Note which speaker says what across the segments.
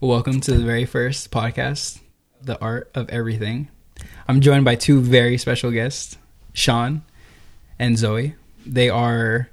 Speaker 1: Welcome to the very first podcast, The Art of Everything. I'm joined by two very special guests, Sean and Zoe. They are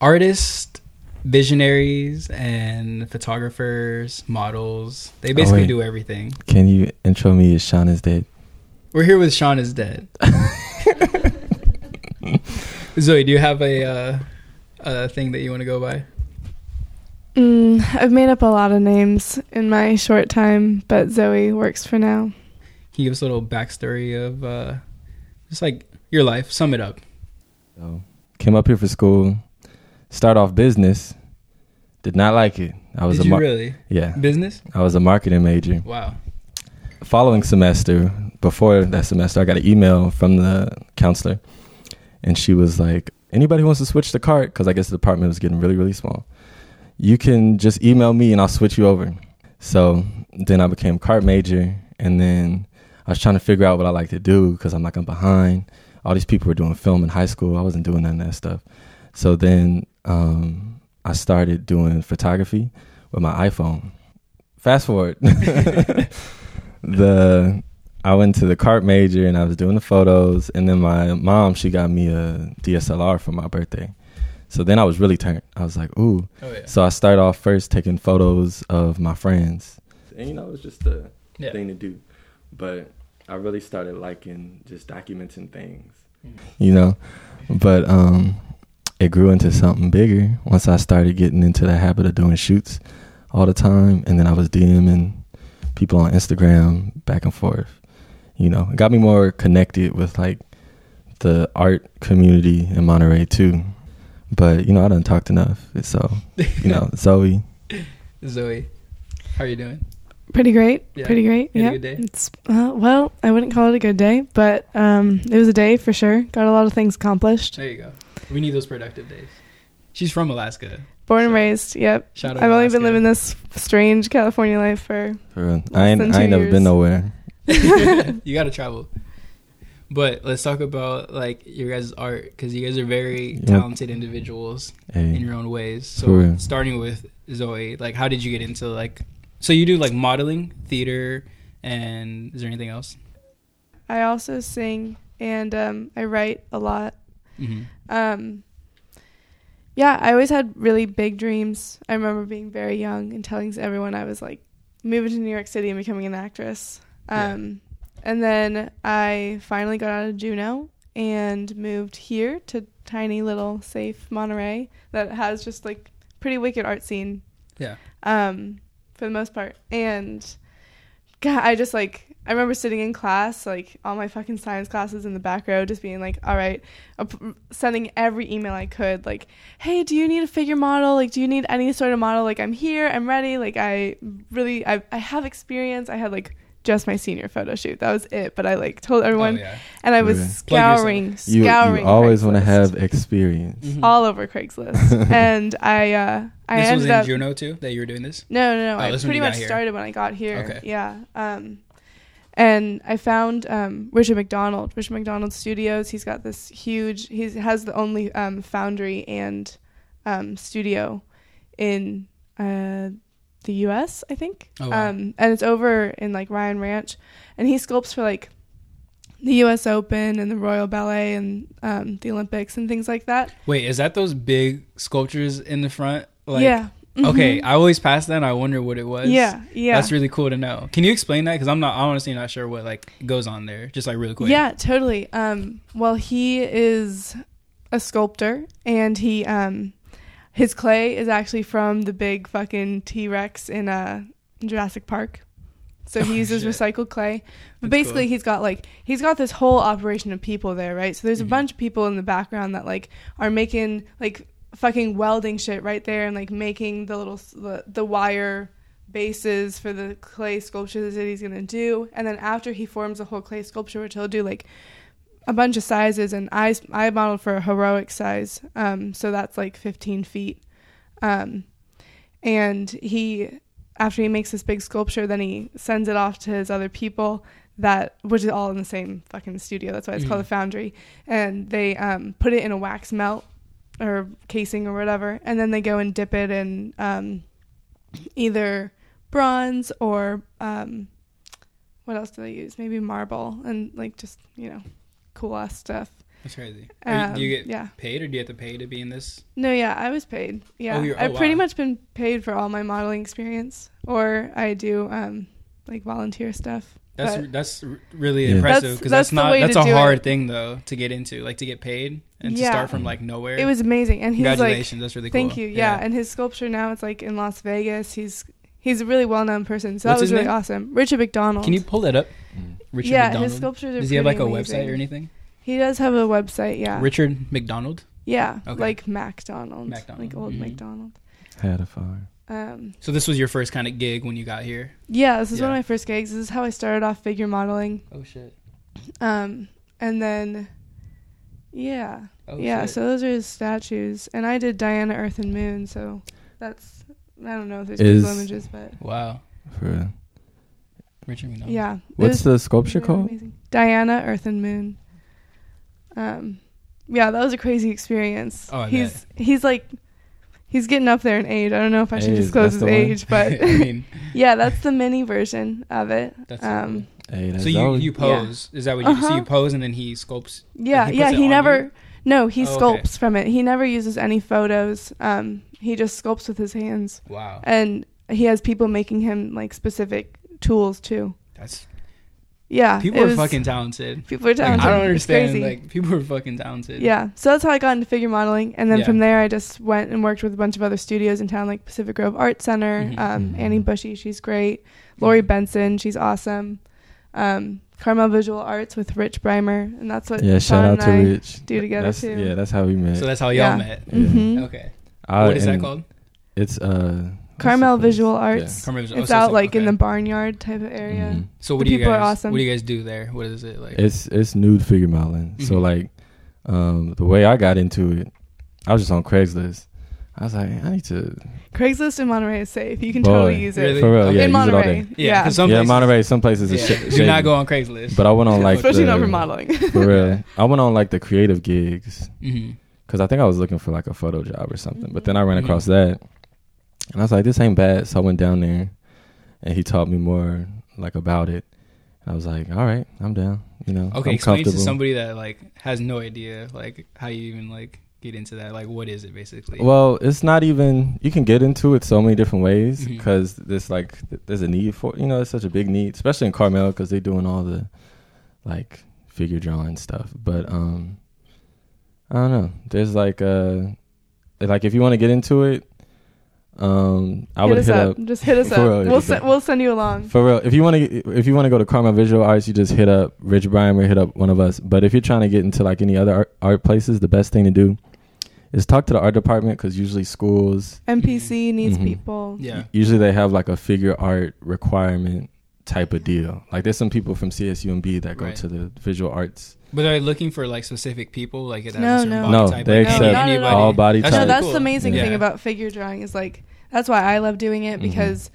Speaker 1: artists, visionaries, and photographers, models. They basically
Speaker 2: Oh, wait.
Speaker 1: do everything.
Speaker 2: Can you intro me as Sean is dead?
Speaker 1: We're here with Sean is Dead. Zoe, do you have a, uh, a thing that you want to go by?
Speaker 3: Mm, I've made up a lot of names in my short time, but Zoe works for now.
Speaker 1: Can you give us a little backstory of uh, just like your life? Sum it up.
Speaker 2: So, came up here for school, start off business, did not like it. I was
Speaker 1: Did
Speaker 2: a
Speaker 1: you
Speaker 2: mar-
Speaker 1: really
Speaker 2: yeah,
Speaker 1: business?
Speaker 2: I was a marketing major.
Speaker 1: Wow.
Speaker 2: Following semester, before that semester, I got an email from the counselor, and she was like, "Anybody who wants to switch the cart, because I guess the department was getting really, really small, you can just email me and I'll switch you over." So then I became cart major, and then I was trying to figure out what I like to do because I'm like I'm behind. All these people were doing film in high school. I wasn't doing none of that stuff. So then um, I started doing photography with my iPhone. Fast forward, the I went to the cart major and I was doing the photos, and then my mom she got me a DSLR for my birthday. So then I was really turned. I was like, ooh.
Speaker 1: Oh yeah.
Speaker 2: So I start off first taking photos of my friends. And you know, it's just a
Speaker 1: Yeah.
Speaker 2: thing to do. But I really started liking just documenting things.
Speaker 1: Mm.
Speaker 2: You know? But um it grew into something bigger once I started getting into the habit of doing shoots all the time and then I was DMing people on Instagram back and forth. You know, it got me more connected with like the art community in Monterey too. But you know, I done talked enough. So you know, Zoe.
Speaker 1: Zoe, how are you doing?
Speaker 3: Pretty great.
Speaker 1: Yeah.
Speaker 3: Pretty great.
Speaker 1: You
Speaker 3: Yeah.
Speaker 1: had a good day?
Speaker 3: It's uh, well, I wouldn't call it a good day, but um, it was a day for sure. Got a lot of things accomplished.
Speaker 1: There you go. We need those productive days. She's from Alaska.
Speaker 3: Born and
Speaker 1: So-
Speaker 3: raised. Yep.
Speaker 1: Shout out.
Speaker 3: I've only
Speaker 1: Alaska.
Speaker 3: been living this strange California life for.
Speaker 2: For real. I ain't,
Speaker 3: Less than
Speaker 2: I
Speaker 3: two
Speaker 2: ain't never
Speaker 3: years.
Speaker 2: been nowhere.
Speaker 1: you got to travel. But let's talk about like your guys' art because you guys are very
Speaker 2: Yeah.
Speaker 1: talented individuals in
Speaker 2: Hey,
Speaker 1: your own ways.
Speaker 2: For
Speaker 1: So
Speaker 2: real.
Speaker 1: starting with Zoe, like how did you get into like? So you do like modeling, theater, and is there anything else?
Speaker 3: I also sing and um, I write a lot.
Speaker 1: Mm-hmm.
Speaker 3: Um, yeah, I always had really big dreams. I remember being very young and telling everyone I was like moving to New York City and becoming an actress.
Speaker 1: Yeah.
Speaker 3: Um, And then I finally got out of Juneau and moved here to tiny little safe Monterey that has just like pretty wicked art scene.
Speaker 1: Yeah.
Speaker 3: Um, for the most part. And God, I just like I remember sitting in class, like all my fucking science classes in the back row, just being like, all right, up- sending every email I could, like, hey, do you need a figure model? Like, do you need any sort of model? Like, I'm here, I'm ready. Like, I really, I, I have experience. I had like just my senior photo shoot. That was it. But I like told everyone,
Speaker 1: Oh, yeah.
Speaker 3: and I was
Speaker 2: Okay.
Speaker 1: Plug
Speaker 3: scouring,
Speaker 2: you,
Speaker 3: scouring.
Speaker 2: you always want to
Speaker 3: Craigslist,
Speaker 2: have experience.
Speaker 1: Mhm.
Speaker 3: all over Craigslist, and I, uh, I
Speaker 1: this was
Speaker 3: ended
Speaker 1: in
Speaker 3: up.
Speaker 1: Juneau too that you were doing this.
Speaker 3: No, no, no.
Speaker 1: Oh,
Speaker 3: I
Speaker 1: this one
Speaker 3: pretty
Speaker 1: you got
Speaker 3: much
Speaker 1: here.
Speaker 3: started when I got here.
Speaker 1: Okay.
Speaker 3: Yeah. Um, and I found um, Richard McDonald, Richard McDonald Studios. He's got this huge. He has the only um, foundry and um, studio in uh, the U.S. I think.
Speaker 1: Oh, wow.
Speaker 3: Um, and it's over in like Ryan Ranch, and he sculpts for like the U.S. Open and the Royal Ballet and um, the Olympics and things like that.
Speaker 1: Wait, is that those big sculptures in the front? Like,
Speaker 3: yeah. Mhm.
Speaker 1: Okay, I always pass that. and I wonder what it was.
Speaker 3: Yeah. Yeah.
Speaker 1: That's really cool to know. Can you explain that? Because I'm not, I'm honestly not sure what like goes on there. Just like really quick.
Speaker 3: Yeah, totally. Um, well, he is a sculptor, and he um, his clay is actually from the big fucking T Rex in uh, Jurassic Park. So he uses
Speaker 1: Oh, shit.
Speaker 3: recycled clay.
Speaker 1: That's
Speaker 3: But basically,
Speaker 1: cool.
Speaker 3: he's got like he's got this whole operation of people there, right? So there's
Speaker 1: Mhm.
Speaker 3: a bunch of people in the background that like are making like fucking welding shit right there and like making the little s- the, the wire bases for the clay sculptures that he's going to do and then after he forms a whole clay sculpture which he'll do like a bunch of sizes and i s- i modeled for a heroic size um so that's like 15 feet um and he after he makes this big sculpture then he sends it off to his other people that which is all in the same fucking studio that's why it's called
Speaker 1: Mhm.
Speaker 3: the foundry and they um put it in a wax melt or casing or whatever and then they go and dip it in um either bronze or um, what else do they use? Maybe marble and like just you know, cool ass stuff.
Speaker 1: That's crazy. Are you,
Speaker 3: Um,
Speaker 1: do you get
Speaker 3: yeah.
Speaker 1: paid or do you have to pay to be in this?
Speaker 3: No, yeah, I was paid. Yeah,
Speaker 1: Oh, you're- oh,
Speaker 3: I've pretty
Speaker 1: wow.
Speaker 3: much been paid for all my modeling experience, or I do um, like volunteer stuff.
Speaker 1: That's
Speaker 3: But-
Speaker 1: that's r- really
Speaker 2: Yeah.
Speaker 1: impressive
Speaker 3: That's-
Speaker 1: because
Speaker 3: that's
Speaker 1: that's,
Speaker 3: the
Speaker 1: not
Speaker 3: way
Speaker 1: that's
Speaker 3: to
Speaker 1: a
Speaker 3: do
Speaker 1: hard thing though to get into, like to get paid and to
Speaker 3: Yeah.
Speaker 1: start from like nowhere.
Speaker 3: It was amazing, and he's like,
Speaker 1: congratulations, that's really cool.
Speaker 3: "Thank you." Yeah. and his sculpture now it's like in Las Vegas. He's he's a really well known person, so
Speaker 1: What's
Speaker 3: that was
Speaker 1: his
Speaker 3: really
Speaker 1: name?
Speaker 3: awesome. Richard McDonald.
Speaker 1: Can you pull that up? Richard
Speaker 3: yeah,
Speaker 1: McDonald.
Speaker 3: his sculptures are
Speaker 1: Does he have like
Speaker 3: pretty
Speaker 1: a
Speaker 3: amazing.
Speaker 1: website or anything?
Speaker 3: He does have a website. Yeah.
Speaker 1: Richard McDonald.
Speaker 3: Yeah,
Speaker 1: Okay.
Speaker 3: like MacDonald,
Speaker 1: MacDonald,
Speaker 3: like old
Speaker 1: mhm.
Speaker 3: MacDonald.
Speaker 2: Had a fire.
Speaker 3: Um,
Speaker 1: So this was your first kind of gig when you got here.
Speaker 3: yeah, this is one
Speaker 1: Yeah.
Speaker 3: of my first gigs. This is how I started off figure modeling.
Speaker 1: Oh shit.
Speaker 3: Um, and then, yeah,
Speaker 1: Oh,
Speaker 3: yeah.
Speaker 1: shit.
Speaker 3: So those are his statues, and I did Diana, Earth, and Moon. So that's I don't know if there's
Speaker 2: Is-
Speaker 3: Google images, but
Speaker 1: wow,
Speaker 2: For real.
Speaker 1: Richard McDonald.
Speaker 3: yeah. It
Speaker 2: What's
Speaker 3: was
Speaker 2: the sculpture
Speaker 3: really
Speaker 2: called?
Speaker 3: amazing. Diana, Earth, and Moon. Um, yeah, that was a crazy experience.
Speaker 1: Oh, I
Speaker 3: he's he's like. He's getting up there in age. I don't know if I should
Speaker 2: Age,
Speaker 3: disclose
Speaker 2: that's
Speaker 3: his
Speaker 2: the one.
Speaker 3: age, but
Speaker 1: I mean,
Speaker 3: yeah, that's the mini version of it.
Speaker 1: that's so
Speaker 3: um,
Speaker 2: Hey,
Speaker 1: cool.
Speaker 2: that's
Speaker 1: so you
Speaker 2: all-
Speaker 1: you pose. Is that what you do? So
Speaker 3: Uh-huh.
Speaker 1: you pose and then he sculpts?
Speaker 3: yeah,
Speaker 1: He puts
Speaker 3: yeah.
Speaker 1: it
Speaker 3: He
Speaker 1: on
Speaker 3: never.
Speaker 1: you?
Speaker 3: No, he
Speaker 1: Oh,
Speaker 3: sculpts
Speaker 1: okay.
Speaker 3: from it. He never uses any photos. Um, he just sculpts with his hands,
Speaker 1: Wow,
Speaker 3: and he has people making him like specific tools too.
Speaker 1: that's
Speaker 3: Yeah,
Speaker 1: people
Speaker 3: uh, it
Speaker 1: are
Speaker 3: was-
Speaker 1: fucking talented.
Speaker 3: People are
Speaker 1: Like,
Speaker 3: talented.
Speaker 1: I don't
Speaker 3: It's
Speaker 1: understand.
Speaker 3: crazy.
Speaker 1: Like people are fucking talented.
Speaker 3: yeah, so that's how I got into figure modeling, and then
Speaker 1: Yeah.
Speaker 3: from there I just went and worked with a bunch of other studios in town, like Pacific Grove Art Center.
Speaker 1: Mhm.
Speaker 3: Um,
Speaker 2: Mhm.
Speaker 3: Annie Bushy, she's great.
Speaker 1: Mm-hmm.
Speaker 3: Lori Benson, she's awesome. Um, Carmel Visual Arts with Rich Brimer, and that's what
Speaker 2: Yeah, shout
Speaker 3: Sean
Speaker 2: out
Speaker 3: and
Speaker 2: to
Speaker 3: I
Speaker 2: Rich.
Speaker 3: do together
Speaker 2: That's,
Speaker 3: too.
Speaker 2: Yeah, that's how we met.
Speaker 1: So that's how y'all
Speaker 3: Yeah.
Speaker 1: met.
Speaker 2: Yeah.
Speaker 3: Mhm.
Speaker 1: Okay.
Speaker 2: I-
Speaker 1: what is that
Speaker 2: Uh, and
Speaker 1: called?
Speaker 2: It's uh
Speaker 3: Carmel
Speaker 2: what's the
Speaker 3: Visual
Speaker 2: place?
Speaker 3: Arts.
Speaker 1: Carmen Visual- oh,
Speaker 3: It's
Speaker 1: so
Speaker 3: out like in the
Speaker 1: okay.
Speaker 3: barnyard type of area.
Speaker 2: Mhm.
Speaker 1: So what
Speaker 3: the
Speaker 1: do you guys?
Speaker 3: people are awesome.
Speaker 1: What do you guys do there? What is it like?
Speaker 2: It's it's nude figure modeling. So
Speaker 1: Mhm.
Speaker 2: like, um, the way I got into it, I was just on Craigslist. I was like, I need to
Speaker 3: Craigslist in Monterey is safe. You can
Speaker 2: Boy.
Speaker 3: totally use it.
Speaker 1: Really?
Speaker 2: for real.
Speaker 1: Okay.
Speaker 2: Oh, Yeah,
Speaker 3: in
Speaker 2: use it all
Speaker 3: Monterey.
Speaker 2: day.
Speaker 1: yeah,
Speaker 3: Yeah.
Speaker 1: 'cause some
Speaker 2: yeah,
Speaker 1: places,
Speaker 2: Monterey. Some places is
Speaker 1: Yeah.
Speaker 2: shady.
Speaker 1: do not go on Craigslist.
Speaker 2: But I went on like
Speaker 3: Especially
Speaker 2: the,
Speaker 3: not for modeling.
Speaker 2: For real, I went on like the creative gigs
Speaker 1: hmm
Speaker 2: because I think I was looking for like a photo job or something. But then I ran
Speaker 1: Mhm.
Speaker 2: across that, and I was like, this ain't bad. So I went down there, and he taught me more like about it. I was like, all right, I'm down. You know,
Speaker 1: Okay,
Speaker 2: I'm
Speaker 1: explain to
Speaker 2: comfortable.
Speaker 1: somebody that like has no idea like how you even like get into that. Like, what is it basically?
Speaker 2: Well, it's not even. You can get into it so many different ways
Speaker 1: Mhm.
Speaker 2: because there's like th- there's a need for you know it's such a big need, especially in Carmel because they're doing all the like figure drawing stuff. But um, I don't know. There's like uh, like if you want to get into it, um, I
Speaker 3: hit
Speaker 2: would
Speaker 3: us
Speaker 2: hit
Speaker 3: up.
Speaker 2: up.
Speaker 3: Just hit us
Speaker 2: For
Speaker 3: up.
Speaker 2: real, Mm-hmm. yeah.
Speaker 3: we'll se- we'll send you along.
Speaker 2: For real, if you want to, if you want to go to Carmel Visual Arts, you just hit up Rich Brimer, hit up one of us. But if you're trying to get into like any other art, art places, the best thing to do is talk to the art department because usually schools
Speaker 3: MPC needs
Speaker 2: Mhm.
Speaker 3: people.
Speaker 1: yeah,
Speaker 2: usually they have like a figure art requirement type of deal. Like there's some people from CSU and B that go
Speaker 1: Right.
Speaker 2: to the visual arts.
Speaker 1: but are they looking for like specific people? Like, that have
Speaker 3: No,
Speaker 1: a certain
Speaker 3: no.
Speaker 1: body
Speaker 2: No,
Speaker 1: type?
Speaker 2: they
Speaker 1: Like,
Speaker 3: accept
Speaker 1: anybody?
Speaker 3: No, no, no, no.
Speaker 2: all body
Speaker 1: That's
Speaker 2: type.
Speaker 3: no,
Speaker 1: really
Speaker 3: that's
Speaker 1: cool.
Speaker 3: the amazing
Speaker 1: Yeah.
Speaker 3: thing about figure drawing is like that's why I love doing it
Speaker 2: Mhm.
Speaker 3: because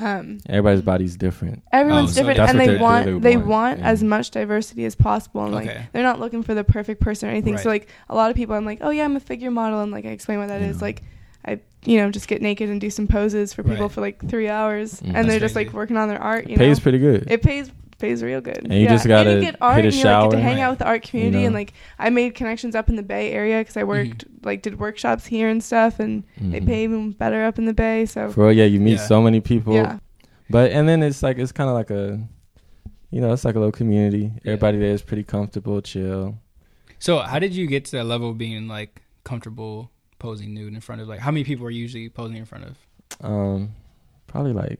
Speaker 3: um,
Speaker 2: Everybody's body's different.
Speaker 3: everyone's
Speaker 1: so
Speaker 3: different
Speaker 1: that's
Speaker 3: and
Speaker 1: what
Speaker 3: they
Speaker 1: they're-
Speaker 3: want
Speaker 2: they
Speaker 3: they
Speaker 2: want,
Speaker 3: want
Speaker 2: yeah.
Speaker 3: as much diversity as possible. And like
Speaker 1: Okay.
Speaker 3: they're not looking for the perfect person or anything. So
Speaker 1: Right.
Speaker 3: like a lot of people, I'm like, oh yeah, I'm a figure model, and like I explain what that is.
Speaker 2: Yeah.
Speaker 3: Like I you know just get naked and do some poses for people
Speaker 1: Right.
Speaker 3: for like three hours,
Speaker 2: Mhm.
Speaker 3: and
Speaker 2: That's
Speaker 3: they're just
Speaker 1: crazy.
Speaker 3: like working on their art. You
Speaker 2: Pays
Speaker 3: know?
Speaker 2: pretty good.
Speaker 3: It pays pays real good.
Speaker 2: And you just gotta
Speaker 3: and you get art
Speaker 2: hit a
Speaker 3: and you like, get
Speaker 2: shower.
Speaker 3: to hang
Speaker 1: Right.
Speaker 3: out with the art community
Speaker 2: know? Mm-hmm.
Speaker 3: and like I made connections up in the Bay Area because I worked like did workshops here and stuff and they
Speaker 2: Mhm.
Speaker 3: pay even better up in the Bay. So
Speaker 2: For real, yeah, you meet
Speaker 1: Yeah.
Speaker 2: so many people.
Speaker 3: yeah,
Speaker 2: But and then it's like it's kind of like a, you know, it's like a little community. Everybody there is pretty comfortable, chill.
Speaker 1: So, how did you get to that level of being like comfortable posing nude in front of like how many people are you usually posing in front of?
Speaker 2: Um, probably like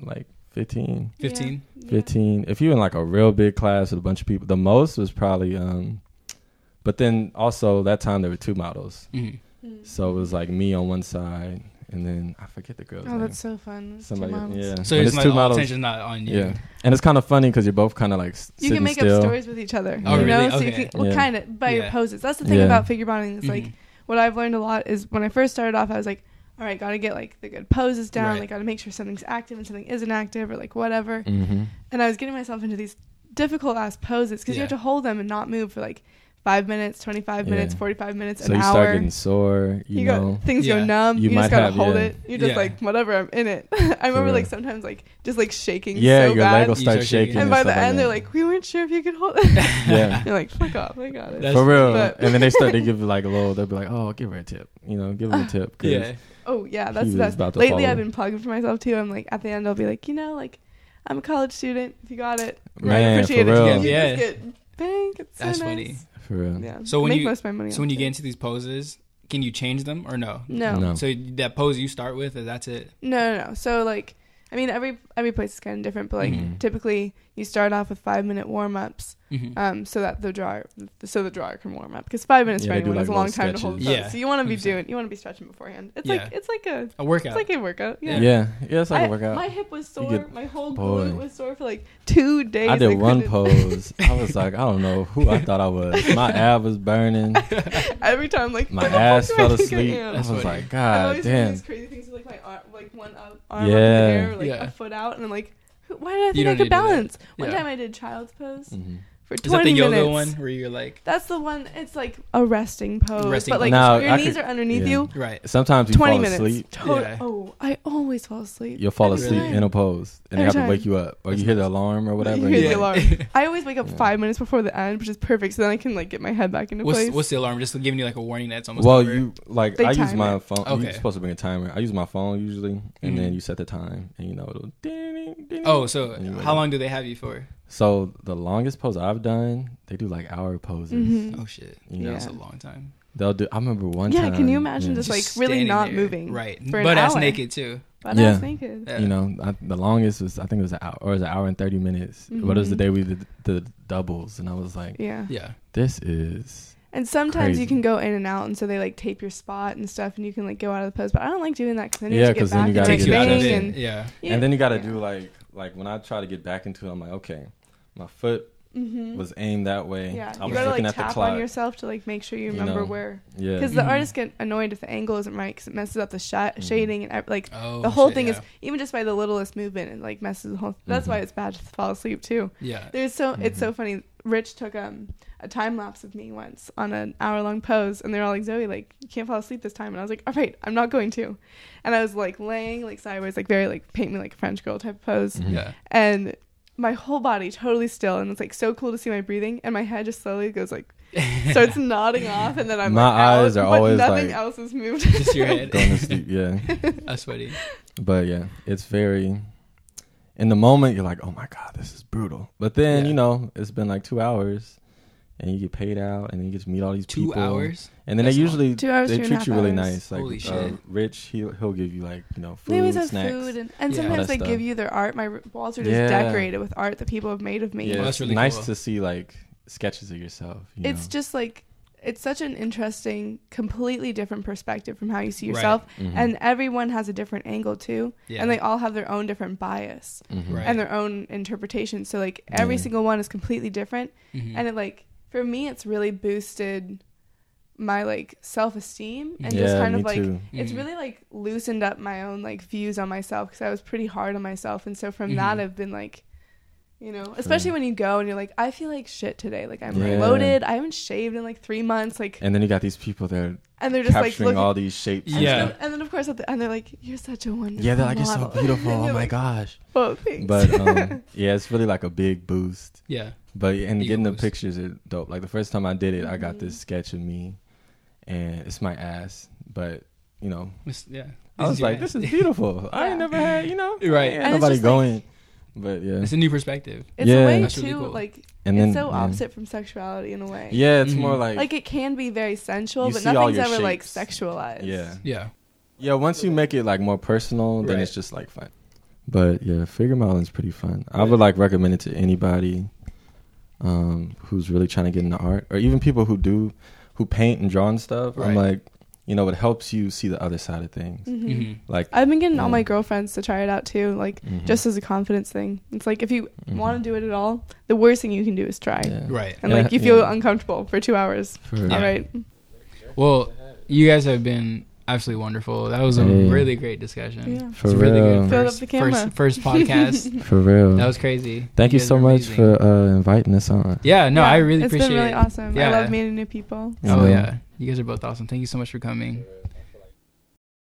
Speaker 2: like 15,
Speaker 1: Fifteen.
Speaker 3: Yeah.
Speaker 2: 15 if you in like a real big class with a bunch of people the most was probably um but then also that time there were two models
Speaker 1: Mhm.
Speaker 3: Mm.
Speaker 2: so it was like me on one side and then i forget the girl's
Speaker 3: Oh,
Speaker 2: name.
Speaker 3: that's so fun. It's two
Speaker 2: somebody
Speaker 3: models.
Speaker 2: yeah
Speaker 1: So
Speaker 2: But
Speaker 1: it's like all attention's not on you.
Speaker 2: yeah and it's kind of funny because you're both kind of like s-
Speaker 3: You
Speaker 2: sitting
Speaker 3: can make
Speaker 2: still
Speaker 3: up stories with each other.
Speaker 1: Oh,
Speaker 3: you know,
Speaker 1: really?
Speaker 3: so you
Speaker 1: Okay.
Speaker 3: can well,
Speaker 2: Yeah.
Speaker 3: kind of by your
Speaker 1: Yeah.
Speaker 3: poses. That's the thing
Speaker 2: Yeah.
Speaker 3: about figure modeling. It's like
Speaker 1: Mhm.
Speaker 3: what I've learned a lot is when I first started off, I was like, all right, gotta get like the good poses down.
Speaker 1: Right.
Speaker 3: Like, gotta make sure something's active and something isn't active or like whatever.
Speaker 2: Mhm.
Speaker 3: And I was getting myself into these difficult ass poses
Speaker 1: Yeah.
Speaker 3: because you have to hold them and not move for like five minutes, twenty five minutes,
Speaker 2: Yeah.
Speaker 3: forty five minutes,
Speaker 2: So
Speaker 3: an
Speaker 2: you
Speaker 3: hour.
Speaker 2: start getting sore, you,
Speaker 3: you
Speaker 2: know.
Speaker 3: go things
Speaker 1: Yeah.
Speaker 3: go numb.
Speaker 2: You
Speaker 3: You,
Speaker 2: might
Speaker 3: just gotta
Speaker 2: have-
Speaker 3: hold
Speaker 2: yeah.
Speaker 3: it. You're just
Speaker 1: Yeah.
Speaker 3: like whatever. I'm in it. I remember
Speaker 2: real.
Speaker 3: like sometimes like just like shaking.
Speaker 2: yeah,
Speaker 3: so
Speaker 2: your
Speaker 3: bad.
Speaker 2: leg will
Speaker 1: You
Speaker 2: start
Speaker 1: start shaking.
Speaker 2: shaking.
Speaker 1: and
Speaker 3: And by the
Speaker 2: stuff
Speaker 3: end, they're
Speaker 2: that.
Speaker 3: like, we weren't sure if you could hold it.
Speaker 2: yeah.
Speaker 3: You're like, fuck off, I got it.
Speaker 1: That's-
Speaker 2: For real,
Speaker 3: But-
Speaker 2: and then they start. They give you like a little. They'll be like, "Oh, give her a tip. You know, give
Speaker 3: Ah.
Speaker 2: her a tip." 'cause
Speaker 1: Yeah.
Speaker 3: oh yeah,
Speaker 2: He
Speaker 3: that's
Speaker 2: was
Speaker 3: the best.
Speaker 2: about to
Speaker 3: Lately,
Speaker 2: follow.
Speaker 3: I've been plugging for myself too. I'm like, at the end, I'll be like, you know, like, I'm a college student. If you got it, I
Speaker 2: Man,
Speaker 3: appreciate
Speaker 2: for
Speaker 3: it.
Speaker 2: real,
Speaker 3: You
Speaker 1: Yeah.
Speaker 3: just get bank. It's so
Speaker 1: That's
Speaker 3: nice.
Speaker 1: funny.
Speaker 2: for real.
Speaker 3: Yeah.
Speaker 1: So when
Speaker 3: make
Speaker 1: you-
Speaker 3: most of my money.
Speaker 1: So when you
Speaker 3: off
Speaker 1: get
Speaker 3: it.
Speaker 1: into these poses, can you change them or no?
Speaker 3: no.
Speaker 2: No.
Speaker 3: no,
Speaker 1: So that pose you start with, and that's it.
Speaker 3: no, no. So like, I mean, every every place is kind of different, but like,
Speaker 2: Mhm.
Speaker 3: typically you start off with five minute warm
Speaker 1: Mhm.
Speaker 3: ups.
Speaker 2: Mm-hmm.
Speaker 3: um, so that the drawer, so the drawer can warm up because five minutes
Speaker 2: Yeah,
Speaker 3: for
Speaker 2: they do,
Speaker 3: anyone
Speaker 2: like,
Speaker 3: is a long
Speaker 2: little
Speaker 3: time to hold.
Speaker 1: stretches.
Speaker 3: Yeah, so you want to be
Speaker 1: 100%.
Speaker 3: doing, you want to be stretching beforehand. It's
Speaker 1: Yeah.
Speaker 3: like it's like a,
Speaker 1: A workout.
Speaker 3: it's like a workout.
Speaker 1: Yeah.
Speaker 3: Yeah,
Speaker 2: Yeah, yeah, it's like a
Speaker 3: I-
Speaker 2: workout.
Speaker 3: My hip was
Speaker 2: You
Speaker 3: sore.
Speaker 2: get-
Speaker 3: my whole
Speaker 2: Boy.
Speaker 3: glute was sore for like two days.
Speaker 2: I did one
Speaker 3: couldn't-
Speaker 2: pose. I was like, I don't know who I thought I was. My ab was burning.
Speaker 3: Every time, like
Speaker 2: My
Speaker 3: "Where the fuck
Speaker 2: ass
Speaker 3: do I
Speaker 2: fell
Speaker 3: think I
Speaker 2: asleep.
Speaker 3: am?"
Speaker 2: I was
Speaker 1: That's funny.
Speaker 2: like,
Speaker 3: I
Speaker 2: God
Speaker 3: always do
Speaker 2: damn.
Speaker 3: these crazy things with like my arm, like one up, arm
Speaker 2: Yeah.
Speaker 3: up in the air, like
Speaker 1: Yeah.
Speaker 3: a foot out, and I'm like, who- why did I
Speaker 1: You
Speaker 3: think
Speaker 1: don't
Speaker 3: I
Speaker 1: need to do
Speaker 3: could
Speaker 1: that.
Speaker 3: balance? One
Speaker 1: Yeah.
Speaker 3: time I did child's pose
Speaker 2: Mhm.
Speaker 3: for
Speaker 1: Is that
Speaker 3: twenty
Speaker 1: the yoga
Speaker 3: minutes.
Speaker 1: one where you're like
Speaker 3: That's the one. It's like a resting pose,
Speaker 1: Resting
Speaker 3: but like
Speaker 2: pose. No,
Speaker 3: your
Speaker 2: I
Speaker 3: knees
Speaker 2: could-
Speaker 3: are underneath
Speaker 2: yeah.
Speaker 3: you.
Speaker 1: right?
Speaker 2: Sometimes you
Speaker 3: Twenty
Speaker 2: fall
Speaker 3: minutes.
Speaker 2: asleep.
Speaker 3: To-
Speaker 1: Yeah.
Speaker 3: Oh, I always fall asleep.
Speaker 2: You'll fall
Speaker 3: Every
Speaker 2: asleep
Speaker 3: time.
Speaker 2: in a pose, and they
Speaker 3: Every
Speaker 2: have to
Speaker 3: time.
Speaker 2: wake you up, or you hear the alarm or whatever.
Speaker 3: You
Speaker 2: and
Speaker 3: hear
Speaker 2: you're
Speaker 3: the
Speaker 2: like,
Speaker 3: alarm. I always wake up
Speaker 2: Yeah.
Speaker 3: five minutes before the end, which is perfect. So then I can like get my head back into
Speaker 1: What's,
Speaker 3: place.
Speaker 1: what's the alarm? Just giving you like a warning that's almost
Speaker 2: Well,
Speaker 1: over?
Speaker 2: you like
Speaker 3: They
Speaker 2: I use
Speaker 3: time
Speaker 2: my
Speaker 3: it.
Speaker 2: phone. You're
Speaker 1: Okay.
Speaker 2: supposed to bring a timer. I use my phone usually, and then
Speaker 3: Mm-hmm.
Speaker 1: Mhm.
Speaker 2: you set the time, and you know it'll. Ding, ding.
Speaker 1: Oh, so
Speaker 2: And you wake
Speaker 1: how
Speaker 2: up.
Speaker 1: long do they have you for?
Speaker 2: So the longest pose I've done, they do like hour poses.
Speaker 3: Mhm.
Speaker 1: Oh shit,
Speaker 2: You know,
Speaker 1: that's a
Speaker 3: Yeah.
Speaker 1: long time.
Speaker 2: they'll do. I remember one
Speaker 3: Yeah,
Speaker 2: time.
Speaker 3: can you imagine just, like,
Speaker 1: Just
Speaker 3: really
Speaker 1: standing
Speaker 3: not
Speaker 1: there.
Speaker 3: moving
Speaker 1: right?
Speaker 3: for an
Speaker 1: Butt ass
Speaker 3: hour.
Speaker 1: naked too.
Speaker 3: but I
Speaker 2: Yeah.
Speaker 3: was thinking.
Speaker 1: Yeah.
Speaker 2: you know, I, the longest was I think it was an hour or it was an hour and thirty minutes. But it was the
Speaker 3: Mhm.
Speaker 2: day we did the doubles, and I was like,
Speaker 3: Yeah.
Speaker 1: Yeah,
Speaker 2: this is
Speaker 3: And sometimes
Speaker 2: Crazy.
Speaker 3: you can go in and out, and so they like tape your spot and stuff, and you can like go out of the pose. But I don't like doing that because then you
Speaker 2: Yeah,
Speaker 3: have to
Speaker 2: 'cause
Speaker 3: get
Speaker 2: then
Speaker 3: back
Speaker 2: you
Speaker 3: and
Speaker 2: gotta
Speaker 3: like
Speaker 2: get
Speaker 1: out of
Speaker 3: bang
Speaker 2: it.
Speaker 3: and
Speaker 1: Yeah,
Speaker 3: yeah.
Speaker 2: and then you got to
Speaker 3: Yeah.
Speaker 2: do like like when I try to get back into it, I'm like, okay, my foot
Speaker 3: Mhm.
Speaker 2: was aimed that way.
Speaker 3: yeah.
Speaker 2: I
Speaker 3: you
Speaker 2: was
Speaker 3: gotta
Speaker 2: looking
Speaker 3: like
Speaker 2: at the
Speaker 3: tap
Speaker 2: clock.
Speaker 3: on yourself to like make sure you
Speaker 2: You
Speaker 3: remember
Speaker 2: know.
Speaker 3: where
Speaker 2: yeah,
Speaker 3: because
Speaker 1: Mhm.
Speaker 3: the artists get annoyed if the angle isn't right because it messes up the shot
Speaker 2: Mhm.
Speaker 3: shading and ev- like
Speaker 1: Oh,
Speaker 3: the whole
Speaker 1: shit,
Speaker 3: thing
Speaker 1: yeah.
Speaker 3: is even just by the littlest movement it like messes the whole. That's
Speaker 2: Mhm.
Speaker 3: why it's bad to fall asleep too.
Speaker 1: yeah.
Speaker 3: There's so it's
Speaker 2: Mhm.
Speaker 3: so funny. Rich took um a time lapse of me once on an hour long pose, and they're all like, "Zoe, like you can't fall asleep this time," and I was like, "All right, I'm not going to," and I was like laying like sideways, like very like paint me like a French girl type pose,
Speaker 2: Mhm.
Speaker 1: yeah.
Speaker 3: and my whole body totally still, and it's like so cool to see my breathing, and my head just slowly goes like starts nodding off, and then I'm
Speaker 2: My
Speaker 3: like, out,
Speaker 2: eyes are
Speaker 3: but
Speaker 2: always,
Speaker 3: nothing
Speaker 2: like-
Speaker 3: else is moved.
Speaker 1: Just your head.
Speaker 2: going to sleep. Yeah,
Speaker 1: That's funny.
Speaker 2: but yeah, it's very. In the moment, you're like, oh my god, this is brutal. But then
Speaker 1: Yeah.
Speaker 2: you know it's been like two hours, and you get paid out, and then you get to meet all these
Speaker 1: Two
Speaker 2: people.
Speaker 1: hours.
Speaker 2: And then they
Speaker 1: That's long.
Speaker 2: usually
Speaker 3: Two hours,
Speaker 2: they
Speaker 3: two and a
Speaker 2: treat
Speaker 3: half
Speaker 2: you really
Speaker 3: hours.
Speaker 2: nice. Like
Speaker 1: Holy
Speaker 2: uh,
Speaker 1: shit.
Speaker 2: Rich, he he'll give you like you know
Speaker 3: They
Speaker 2: food,
Speaker 3: always have
Speaker 2: snacks.
Speaker 3: food, and, and
Speaker 1: Yeah. All
Speaker 3: sometimes
Speaker 2: that
Speaker 3: they
Speaker 2: stuff.
Speaker 3: give you their art. My r- walls are just
Speaker 2: Yeah.
Speaker 3: decorated with art that people have made of me.
Speaker 2: Yeah,
Speaker 1: Well, Oh, that's
Speaker 2: it's
Speaker 1: really
Speaker 2: nice
Speaker 1: cool.
Speaker 2: to see like sketches of yourself. you
Speaker 3: it's
Speaker 2: know?
Speaker 3: just like it's such an interesting completely different perspective from how you see
Speaker 1: Right. Mm-hmm.
Speaker 3: yourself
Speaker 2: Mhm.
Speaker 3: and everyone has a different angle too
Speaker 1: Yeah.
Speaker 3: and they all have their own different bias
Speaker 2: Mhm.
Speaker 1: Right. Mm-hmm.
Speaker 3: and their own interpretation so like every
Speaker 2: Yeah.
Speaker 3: single one is completely different
Speaker 1: Mhm.
Speaker 3: and it like for me it's really boosted my like self-esteem and just
Speaker 2: Yeah,
Speaker 3: kind
Speaker 2: me
Speaker 3: of like
Speaker 2: too.
Speaker 3: it's
Speaker 1: Mhm.
Speaker 3: really like loosened up my own like views on myself because I was pretty hard on myself, and so from
Speaker 2: Mm-hmm.
Speaker 3: that
Speaker 1: Mhm.
Speaker 3: I've been like, you know, especially when you go and you're like, I feel like shit today. Like I'm
Speaker 2: Yeah.
Speaker 3: bloated. I haven't shaved in like three months. Like, and,
Speaker 2: And then you got these people that are
Speaker 3: they're just like
Speaker 2: capturing
Speaker 3: looking.
Speaker 2: all these shapes. and
Speaker 1: Yeah.
Speaker 2: stuff.
Speaker 3: and then of course, at the, and they're like, "You're such a wonderful."
Speaker 2: Yeah, they're like, it's so
Speaker 3: model."
Speaker 2: beautiful.
Speaker 3: And
Speaker 2: oh
Speaker 3: you're
Speaker 2: my
Speaker 3: like,
Speaker 2: gosh.
Speaker 3: Well, thanks.
Speaker 2: But um, yeah, it's really like a big boost.
Speaker 1: yeah.
Speaker 2: But and
Speaker 1: Ego
Speaker 2: getting the
Speaker 1: boost.
Speaker 2: pictures are dope. Like the first time I did it, I got
Speaker 3: Mhm.
Speaker 2: this sketch of me, and it's my ass. But you know,
Speaker 1: Mis- Yeah.
Speaker 2: I was like, this is beautiful. I ain't
Speaker 3: Yeah.
Speaker 2: never had, you know,
Speaker 1: Right.
Speaker 2: ain't
Speaker 3: And it's
Speaker 2: nobody
Speaker 3: just
Speaker 2: going. but yeah,
Speaker 1: It's a new perspective.
Speaker 3: it's
Speaker 2: yeah.
Speaker 3: a way
Speaker 1: That's
Speaker 3: too
Speaker 1: really cool.
Speaker 3: like
Speaker 2: and then
Speaker 3: it's so
Speaker 2: yeah.
Speaker 3: opposite from sexuality in a way.
Speaker 2: Yeah, it's
Speaker 1: Mhm.
Speaker 2: more like,
Speaker 3: Like it can be very sensual,
Speaker 2: You
Speaker 3: but
Speaker 2: see all
Speaker 3: nothing's
Speaker 2: your
Speaker 3: ever like
Speaker 2: shapes.
Speaker 3: sexualized.
Speaker 2: yeah,
Speaker 1: Yeah.
Speaker 2: yeah. Once you make it like more personal, then
Speaker 1: Right.
Speaker 2: it's just like fun. But yeah, figure modeling is pretty fun. I would
Speaker 1: Right.
Speaker 2: like recommend it to anybody um, who's really trying to get into art, or even people who do who paint and draw and stuff. I'm
Speaker 1: Right.
Speaker 2: like, you know, it helps you see the other side of things.
Speaker 3: Mhm.
Speaker 1: hmm
Speaker 2: Like,
Speaker 3: I've been getting all
Speaker 2: Mm-hmm. Yeah.
Speaker 3: my girlfriends to try it out too, like
Speaker 2: Mhm.
Speaker 3: Mm-hmm. just as a confidence thing. It's like if you
Speaker 1: Mm-hmm.
Speaker 2: Mhm.
Speaker 3: want to do it at all, the worst thing you can do is try.
Speaker 2: yeah.
Speaker 1: Right.
Speaker 3: And
Speaker 2: Yeah,
Speaker 3: like you feel
Speaker 2: yeah.
Speaker 3: uncomfortable for two hours.
Speaker 2: For-
Speaker 1: Yeah.
Speaker 3: All right.
Speaker 1: Well, you guys have been. I absolutely wonderful. That was a
Speaker 2: Hey.
Speaker 1: really great discussion.
Speaker 3: Yeah.
Speaker 2: For
Speaker 1: it's really
Speaker 2: real.
Speaker 1: good.
Speaker 3: Filled
Speaker 1: First,
Speaker 3: up the camera.
Speaker 1: first, first podcast.
Speaker 2: For real.
Speaker 1: that was crazy.
Speaker 2: Thank you,
Speaker 1: guys
Speaker 2: so
Speaker 1: are
Speaker 2: much
Speaker 1: amazing. Oh,
Speaker 2: for uh, inviting us on.
Speaker 1: Yeah, no,
Speaker 3: Yeah,
Speaker 1: I really
Speaker 3: It's
Speaker 1: appreciate
Speaker 3: been really
Speaker 1: it.
Speaker 3: awesome.
Speaker 1: Yeah.
Speaker 3: I love meeting new people.
Speaker 1: Oh
Speaker 2: Yeah.
Speaker 1: yeah, you guys are both awesome. Thank you so much for coming.